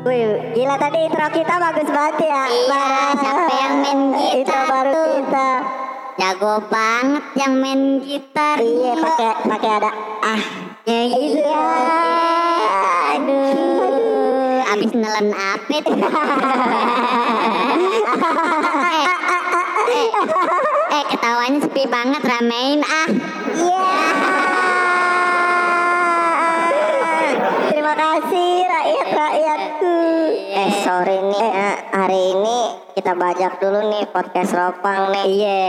Wih, gila tadi intro kita bagus banget ya. Iya, Barang. siapa yang main gitar Intro baru tuh? kita. Jago banget yang main gitar. Iya, Mbak. pakai pakai ada ah. Ya iya. Iya. Aduh, abis nelen apa itu? eh, eh, eh, ketawanya sepi banget ramein ah. Iya. Iya. Terima kasih rakyat-rakyatku. Iya. Eh, sore nih eh, hari ini kita bajak dulu nih podcast Ropang nih. Iya.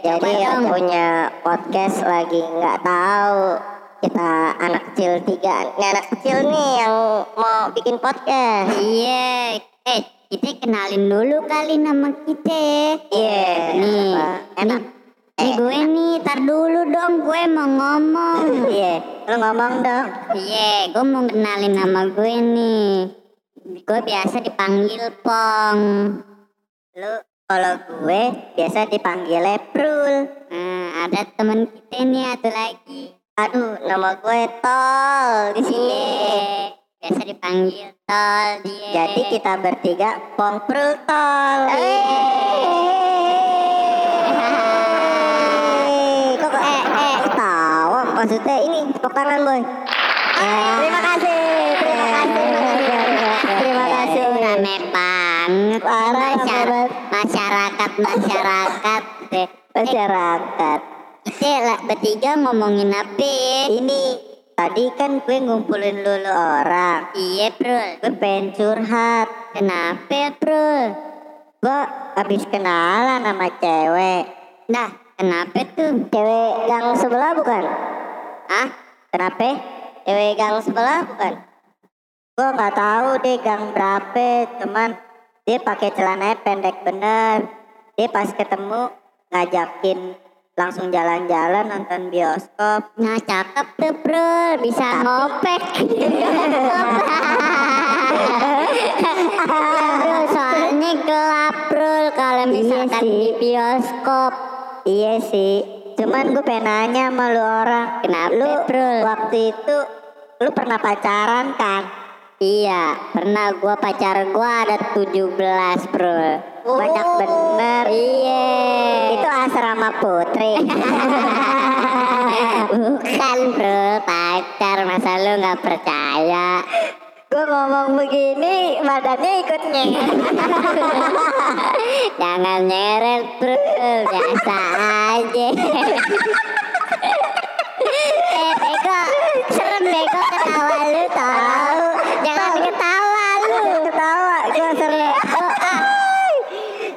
Jadi Coba yang dong. punya podcast lagi nggak tahu kita anak kecil tiga ini anak kecil nih yang mau bikin podcast. Iya. Eh, kita kenalin dulu kali nama kita. Iya. Nih, apa? Enak. enak. Nih gue nih, tar dulu dong gue mau ngomong. Iya. Lu ngomong dong. Iya, gue mau kenalin nama gue nih. Gue biasa dipanggil Pong. Lu kalau gue biasa dipanggilnya Prul. Nah, ada temen kita nih satu lagi. Aduh, nama gue Tol di sini. Iya, biasa dipanggil Tol dia. Jadi kita bertiga pomprul Tol. Eh. Yeay. Kok kok eh, eh. tawa maksudnya ini tepuk tangan boy. Terima kasih, terima kasih, terima kasih. Rame banget. Parah, parah. Masyarakat, masyarakat, masyarakat. deh. Masyarakat. Kita lah bertiga ngomongin apa ya? Ini tadi kan gue ngumpulin lulu orang. Iya, bro. Gue pengen curhat. Kenapa, bro? Gue habis kenalan sama cewek. Nah, kenapa tuh? Cewek gang sebelah bukan? Ah, Kenapa? Cewek gang sebelah bukan? Gua nggak tahu deh gang berapa, teman. Dia pakai celana pendek bener. Dia pas ketemu ngajakin langsung jalan-jalan nonton bioskop. nah cakep tuh, bro. Bisa ngopek. Ya, bro, soalnya gelap, bro. Kalau misalkan Iya sih. di bioskop. Iya sih. Cuman gue pengen nanya sama lu orang. Kenapa, Lu bro? waktu itu lu pernah pacaran kan? Iya, pernah gua pacar gua ada 17, bro. Banyak bener. Iya. Oh. Itu asrama putri. Bukan, bro. Pacar, masa lu nggak percaya? gue ngomong begini badannya ikut nyengir. Jangan nyeret bro Biasa aja Eh Beko Serem Beko ketawa lu tau Jangan ketawa lu ketawa gue sering Oh,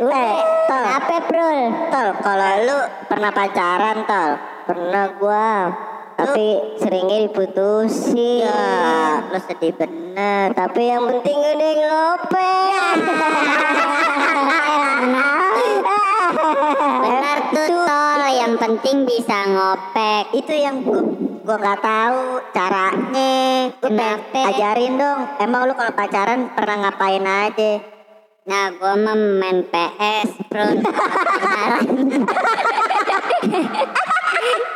eh tol ah. Apa bro tol kalau lu pernah pacaran tol pernah gua tapi seringnya diputusin ya, lu sedih bener tapi yang penting udah ngopeng Benar tuh tol Yang penting bisa ngopek itu yang gua gua nggak tahu caranya Gua pengen Kenapa? ajarin dong emang lu kalau pacaran pernah ngapain aja Nah gua mau main PS bro Pacaran.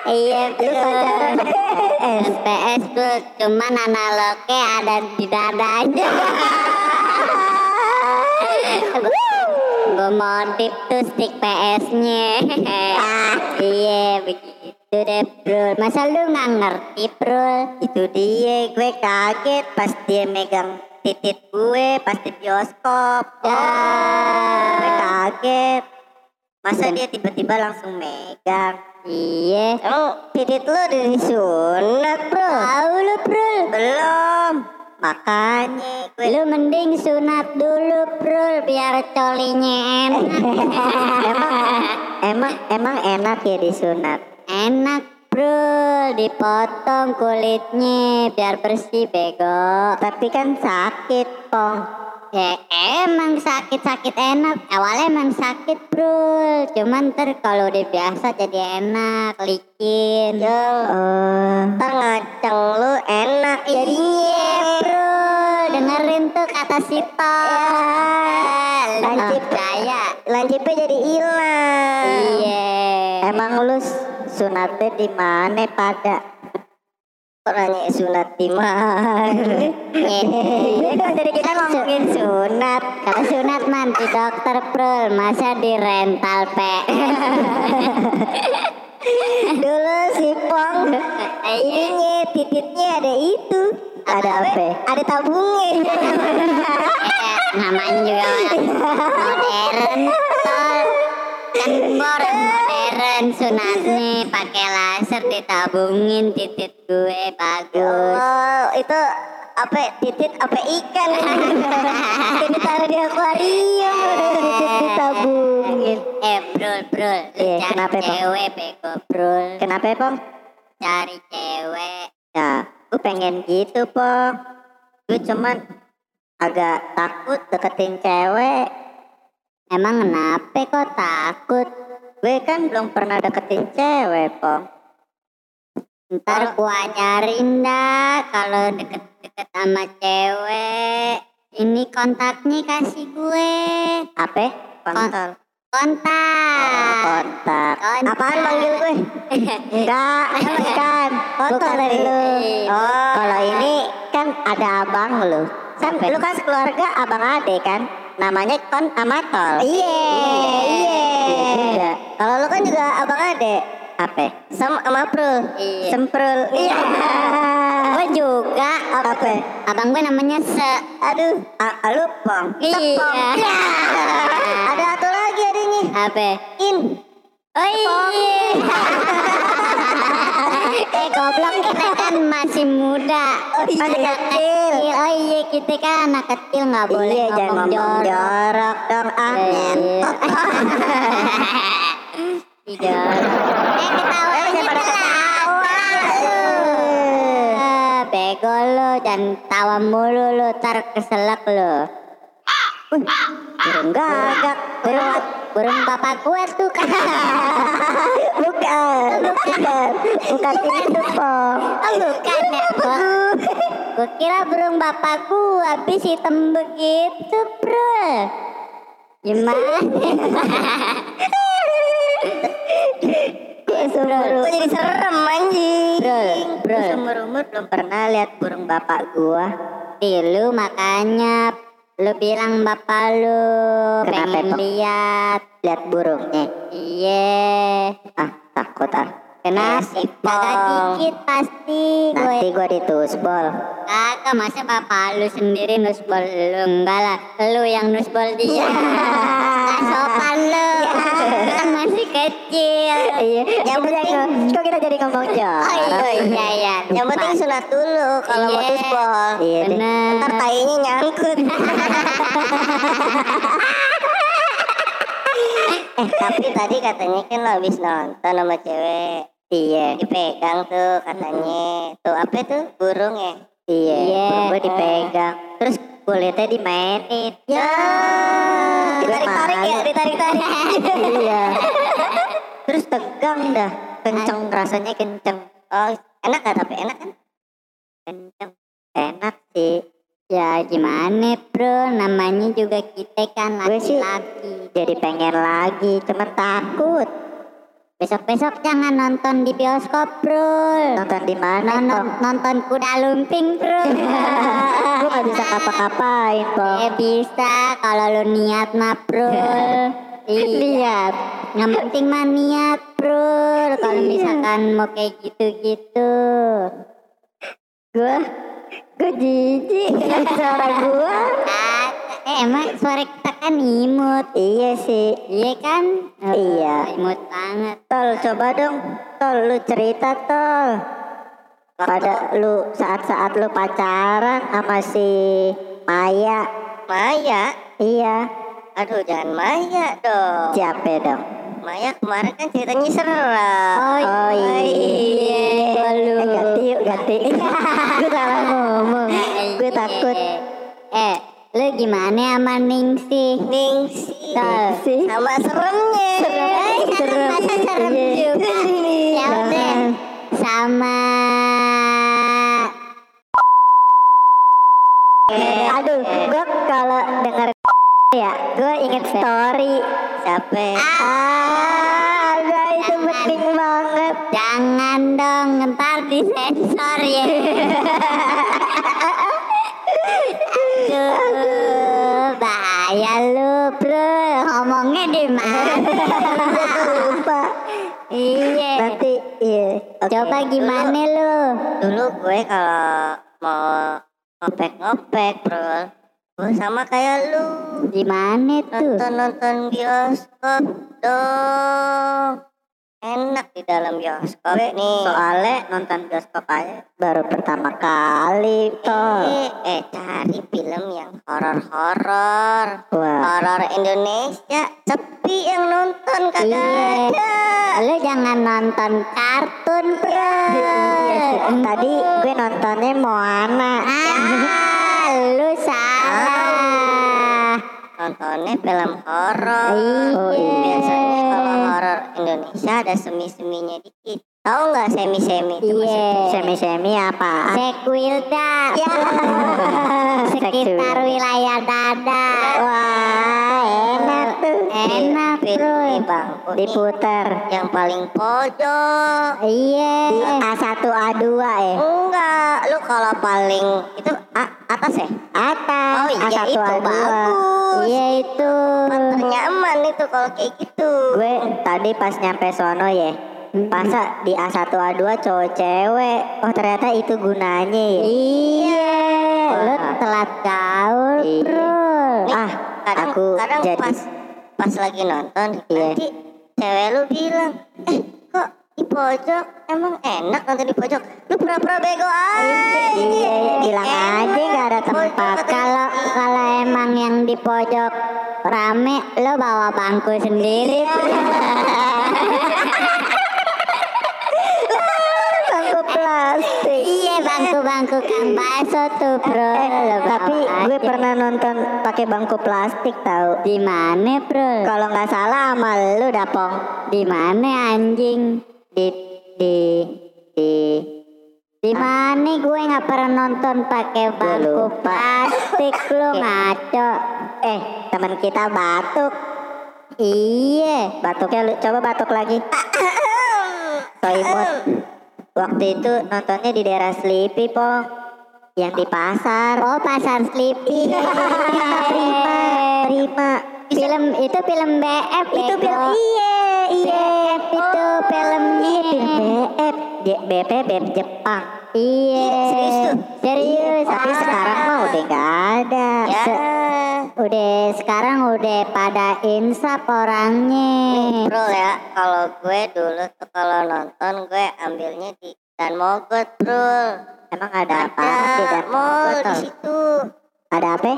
Iya lu bro pacaran eh, PS tuh cuman analognya ada di dada aja. Gue modif tuh stick PS-nya. Iya begitu deh bro. Masa lu nggak ngerti bro? Itu dia, gue kaget pas dia megang titit gue pas di bioskop. Ah. Gue kaget. Masa dia tiba-tiba langsung megang. Iya. Emang titit lu udah disunat, bro? Tahu lu bro. Belum. Makanya gue... Lu mending sunat dulu bro biar colinya enak. Emang, emang enak ya disunat? enak bro dipotong kulitnya biar bersih bego. Tapi kan sakit, Pong. Ya emang sakit-sakit enak Awalnya emang sakit bro Cuman ntar kalau udah biasa jadi enak Licin Eh, ntar ngaceng lu enak jadinya, Bro dengerin tuh kata si Tol Lancip. percaya Lancipnya jadi hilang. Iya Emang lu s- sunatnya di mana pada? Kok nanya sunat timah? Iya kan tadi kita ngomongin sunat. Kalau sunat manti dokter Prul, masa di rental pe? Dulu si Pong ininya Iya, titiknya ada itu. Ada apa? Ada tabungnya. Ya, namanya juga orang modern. Tol. Kan orang modern sunatnya pakai laser ditabungin titik gue bagus. Wow, Eh, itu apa ya? titit apa ikan Kayak ditaruh di akuarium titit ditabungin Eh Prul, Prul, lu Iya, cari kenapa, Bang? cewek bego Prul. kenapa ya, pong Cari cewek. ya gue pengen gitu pong gue cuman agak takut deketin cewek Emang kenapa kok takut? gue kan belum pernah deketin cewek pong Ntar gua ajarin dah kalau deket-deket sama cewek. Ini kontaknya kasih gue. apa ya? kontol Oh, Kontak. kontak Kontak. apaan manggil gue Iya, enggak bukan kontol Bukan. dari lu Oh. kalau ini kan ada abang lu kan Apa? lu kan sekeluarga abang ade kan namanya kon amatol Iya, iya kalau lu kan juga abang ade apa sem sama prul Iya. semprul iya Gue juga. oh, apa Abang gue namanya Se. aduh A- lu pong Tepong. Iya. Ya. ada satu lagi adanya Apa? in Oh iya. eh goblok kita kan masih muda. Oh, iya. Anak kecil. Oh iya kita kan anak kecil nggak boleh iya jangan ngomong ngomong jorok. jorok dong ah Iya. Tiga. Eh, Eh ketawa jangan pada ketawa. Eh. Eh, Bego lu dan tawa mulu lu ntar keselak lu. Burung gagak, burung Burung bapak gua tuh kan. bukan, bukan, Iya. bukan itu pong. Oh, bukan ya. Gua, gua kira burung bapak gua habis hitam begitu, Bro. Gimana? Gue jadi serem anjing. Bro, Gue bro. seumur umur belum pernah lihat burung bapak gua. Di lu makanya lu bilang bapak lu Kenapa, pengen Pak? lihat. Lihat burungnya, Iya. ah takut ah. Kenapa? Eh, si Kagak Pong. dikit pasti gue. Nanti gua ditusbol. Kagak masa bapak lu sendiri nusbol lu enggak lah. Lu yang nusbol dia. Gak sopan lu. Kan masih kecil. Iya. Yang penting, kok kita jadi ngomong jorok. Oh iya iya iya. Yang penting sunat dulu kalau mau Iya. tusbol. Iya deh. Bener. Ntar tainya nyangkut. eh tapi tadi katanya kan lo habis nonton sama cewek. Iya. Dipegang tuh katanya. Tuh apa tuh burung ya? Iya. Iya. Burung gue dipegang. Terus kulitnya dimainin. Ya. Ditarik-tarik ya, ditarik-tarik. iya. Terus tegang dah. Kenceng rasanya kenceng. Eh, Oh, enak gak tapi enak kan? Kenceng. Enak sih. Ya gimana bro, namanya juga kita kan Gue sih- laki-laki. Jadi pengen lagi, cuma takut. Besok-besok jangan nonton di bioskop bro. Nonton di mana? Nonton, Pong? nonton kuda lumping bro. Gue gak bisa ngapa-ngapain, Pong. Eh bisa kalau lu niat mah bro. Lihat. Yang penting mah niat bro. Kalau Iya. misalkan mau kayak gitu-gitu. Gue, gue jijik dengan suara gue. Ah, Eh emang suara kita kan imut. Iya sih. Iya kan? Oh, Iya. Imut banget. Tol, coba dong. Tol, lu cerita, Tol. Pada lu saat-saat lu pacaran sama si Maya. Maya? Iya. Aduh, jangan Maya dong. Siapa dong? Maya kemarin kan ceritanya serem. Oh, iya. Lu. Lu. Eh, ganti yuk, ganti. Gue salah ngomong. Gue takut. Eh, lu gimana sama Ningsih? Ningsi. Ningsi. Sama seremnya. Eh, serem. Masa serem juga? Ya udah. Sama... Eh, aduh, gue kalau denger ya, gue inget story. Siapa? Ah, ada itu penting banget. Jangan Jangan dong, ntar disensor ya. Aduh, bahaya lu bro, ngomongnya di mana? lupa iya. nanti iya Oke. Coba gimana lu? dulu gue kalau mau ngopek ngopek bro gue sama kayak lu Gimana tuh? nonton nonton bioskop dong enak di dalam bioskop nih soalnya nonton bioskop aja baru pertama kali toh eh, eh cari film yang horor horor Wah. horor Indonesia sepi yang nonton kagak Iya. ada Lu jangan nonton kartun bro. tadi gue nontonnya Moana Ah, lu salah. nontonnya film horor Oh, iya. biasanya kalau horor Indonesia ada semi seminya dikit tahu nggak semi semi itu Iya. semi semi apa Sekwilda. Ya. Sekitar wilayah dada. wah enak tuh Enak, Di- bro. di bangku nih, Diputer. yang paling pojok Iya. A1 A2 Eh. ya enggak lu kalau paling itu a- atas ya Atas. oh iya A1, itu A2. bagus Iya itu. ternyaman itu kalau kayak gitu gue tadi pas nyampe sono ya masa di A1 A2 cowok cewek oh ternyata itu gunanya ya Iya. Lu telat gaul, Iya. bro. ah aku kadang jadi Iya. pas pas lagi nonton nanti cewek lu bilang eh kok di pojok emang enak nonton di pojok lu pura-pura bego aja Iya, iya, bilang aja nggak ada tempat. Kalau Iya. kalau emang yang di pojok rame, lu bawa bangku sendiri. bro. aku plastik Iya, bangku-bangku kang baso tuh, bro. Lu bawa Eh, tapi gue aja. pernah nonton pakai bangku plastik tau Di mana, Iya. bro? kalau nggak salah sama lu dapong Di mana anjing? Di di di di mana gue nggak pernah nonton pakai bangku plastik lu ngaco. eh teman kita batuk Iya. batuknya lu coba batuk lagi Toimut waktu itu nontonnya di daerah Sleepy pong yang di pasar Iya, Oh, pasar Sleepy. terima terima film itu film BF itu bego. film iya iya BF itu filmnya. BF J- BP BF Jepang Iya. Serius tuh? Iya. Serius. tapi Ah. sekarang mah udah nggak ada ya Se- udah sekarang udah pada insaf orangnya. bro ya kalau gue dulu tuh kalau nonton gue ambilnya di dan mogot bro emang ada apa ada tidak mall di betul. situ ada apa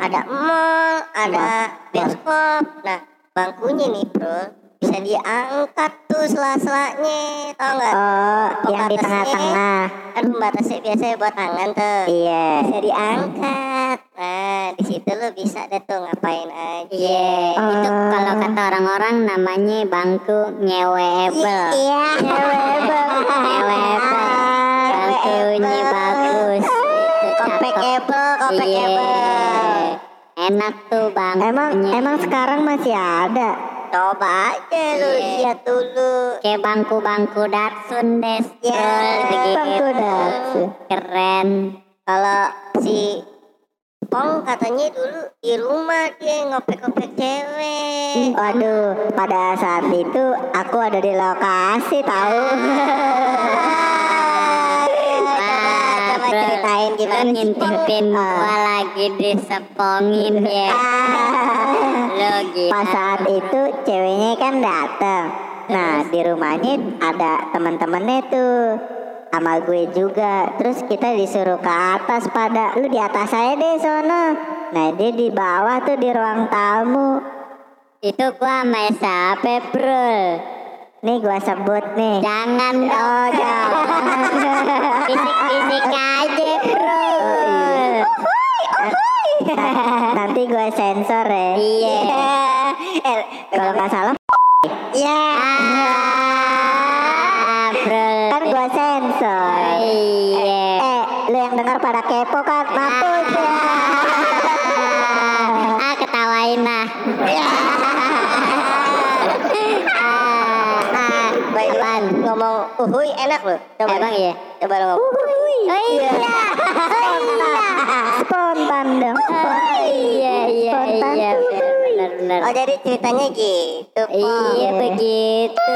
ada mall ada bioskop nah bangkunya nih bro bisa diangkat tuh sela-selanya tau nggak oh yang di Pembatasnya. tengah-tengah kan pembatasnya biasanya buat tangan tuh iya bisa diangkat nah di situ lo bisa deh tuh ngapain aja Iya, itu Ah. kalau kata orang-orang namanya bangku nyeweable. iya Nyeweable. Bangkunya bagus. Itu kopek cakep. ebel kopek Iya. ebel Enak tuh bang. emang emang sekarang masih ada coba aja lo Iya. lihat dulu kayak bangku-bangku Datsun deh. Iya, begitu. bangku Datsun. Keren. kalau si Pong katanya dulu di rumah ya. dia ngopek-ngopek Hmm. cewek Waduh, pada saat itu aku ada di lokasi tahu. coba coba bro. ceritain gimana sih, Ah. Lu Pong? ngintipin gua Ah, lagi disepongin ya. Lo gitu. Pas saat itu ceweknya kan datang. Nah, di rumahnya ada teman-temannya tuh sama gue juga. Terus kita disuruh ke atas pada lu di atas saya deh sono. Nah, dia di bawah tuh di ruang tamu. Itu gua sama siapa bro? Nih gua sebut nih. Jangan dong. Bisik-bisik aja bro. Nanti gue sensor ya. Iya. Eh, Kalau nggak salah Iya. Ah, bro. kan gue sensor. Iya. Eh, lu yang dengar pada kepo kan? Mampus ya. Ah, ketawain Iya. lah. Ah, ah, apa apaan? Ngomong uhuy enak loh. Coba. Emang iya? Coba lo ngomong. Oh iya. Spontan dong. Oh iya iya Spontan iya tuh. benar benar benar. Oh jadi ceritanya gitu. Pong. Iya begitu.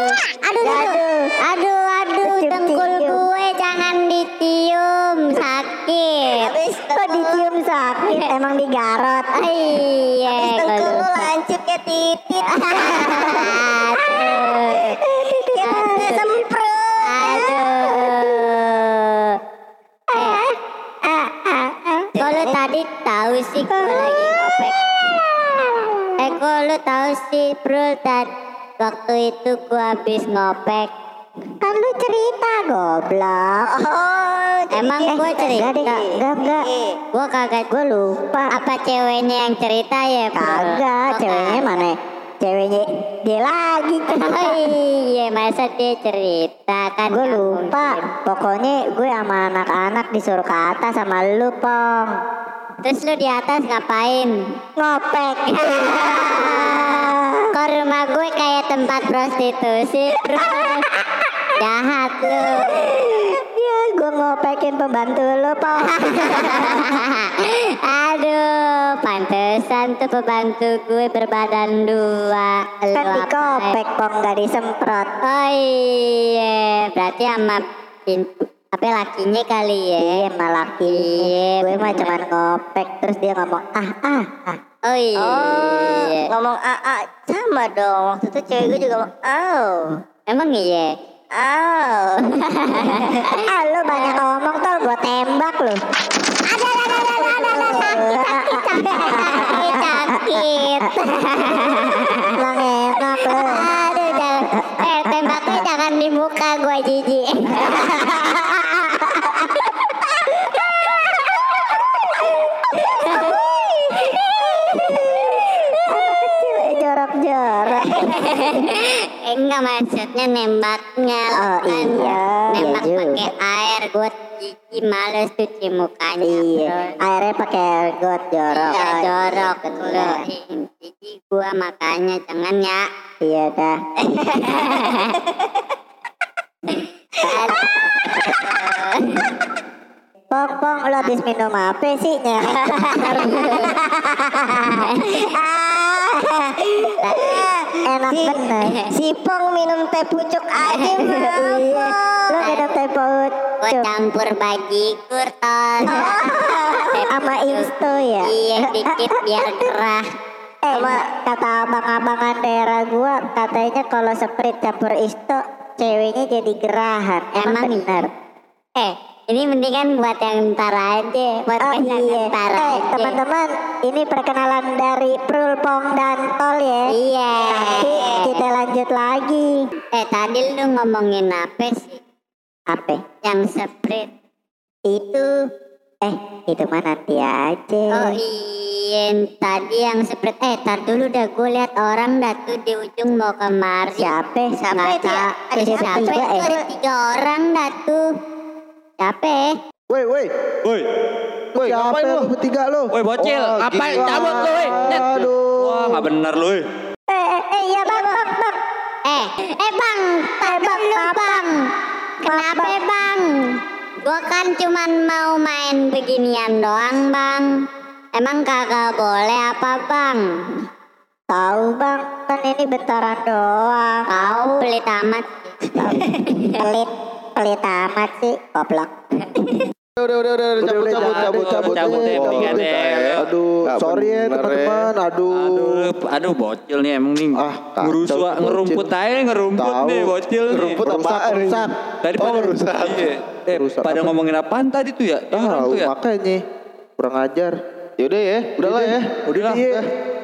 Aduh aduh aduh aduh Dicium, dengkul dicium. gue jangan dicium sakit. Habis Kok dengkul- dicium sakit emang digarot. Oh, Iya. habis dengkul lu ya, kalau- lancip kayak titit. Aduh. Kita udah semprot. Aduh. Eh, Kok lu tadi tahu sih gue lagi ngopek? Eh kok lu tahu sih bro tadi waktu itu gue habis ngopek. Kan lu cerita goblok. Oh, jadi Emang dia gue Enggak deh, cerita? enggak, enggak. Iya. Gue kagak. Gue lupa. Apa ceweknya yang cerita ya? Bro? Kagak, Kok ceweknya mana? Ceweknya dia lagi. Oh iya masa dia cerita kan? gue nggak lupa. mungkin. Pokoknya gue sama anak-anak disuruh ke atas sama lu, Pong. Terus lu di atas ngapain? Ngopek. Kok rumah gue kayak tempat prostitusi bro Jahat lu ya, gue ngopekin pembantu lu, Pong. Aduh Pantesan tuh pembantu gue berbadan dua Lu Kan apa- dikopek, Pong, gak disemprot. Oh eh, iya Berarti sama pin- apa lakinya kali ya Iya, malaki. Iya, Gue mah bener. cuman ngopek. Terus dia ngomong, ah, ah, ah. Oh iya Oh, ngomong AA sama dong. Waktu itu cewek gue juga ngomong au. Emang iya Au. Ah, lu banyak ngomong tol, gue tembak lu. Sakit sakit Emang enak lu. Aduh, jangan. Eh, tembaknya jangan di muka gue jijik. jorok-jorok. Eh, Enggak maksudnya nembaknya Oh, bukan iya, Nembak iya juga. pakai air Gue jijik males cuci mukanya Iya, bro. airnya pakai ergot jorok. Iya, jorok Iya. Loh, ih, Jijik gue makanya Jangan ya Iya dah. Pong pong lo habis minum apa sih Nyet. Enak bener. Si Pong minum teh pucuk aja Iya, mampus. lo minum teh paut Gue campur bajigur ton sama insto ya. Iya dikit biar gerah Eh, kata abang-abangan daerah gua katanya kalau sprite campur isto ceweknya jadi gerahan. Emang, Emang iya? bener. Eh, ini mendingan buat yang ntar aja, buat Oh yang iya. ntar Eh, aja. teman-teman, ini perkenalan dari Prul Pong dan Tol ya. Iya. Tapi kita lanjut lagi. Eh, tadi lu ngomongin apa sih? Apa? Yang sprint. Itu eh itu mah nanti aja. Oh iya, tadi yang sprint. Eh, tar dulu dah gue lihat orang dah tuh di ujung mau kemari. Siapa? Siapa Nggak itu ya? tahu. Ada Iya, siapa? tiga, Itu eh. Ada tiga orang dah tuh. Siapa? Woi, woi. Woi, Woi, ngapain lu? Bertiga lu. woi bocil, Wah, ngapain gila. cabut lu, woi? Net. Aduh. Wah, nggak bener lu, woi. Eh, eh, eh, iya bang, bang, bang. Eh, eh bang, tar dulu bang. Kenapa bang? Gue kan cuman mau main beginian doang bang. Emang kagak boleh apa bang? Tahu bang, kan ini bentaran doang. Kau pelit amat. Pelit, pelit amat sih, goblok. Udah, udah, udah, udah, cabut, cabut, cabut, cabut, Cabut deh, cabut, mendingan cabut. deh. Aduh, Nggak sorry ya bener, teman-teman. Aduh, Aduh, aduh bocil nih emang nih. Ah, kacau Ngerusuak, bocil. ngerumput aja ngerumput Tahu. nih bocil nih. Rumput Rusak, apaan ini? rusak. Tadi Oh, pada rusak. Iya. Eh, Rusak pada apa? ngomongin apaan tadi tuh ya? Tiga orang Tahu tuh ya? makanya kurang ajar. Yaudah ya. Udahlah ya. Udahlah. Iya.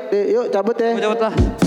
Deh, Yuk cabut ya. Cabut lah.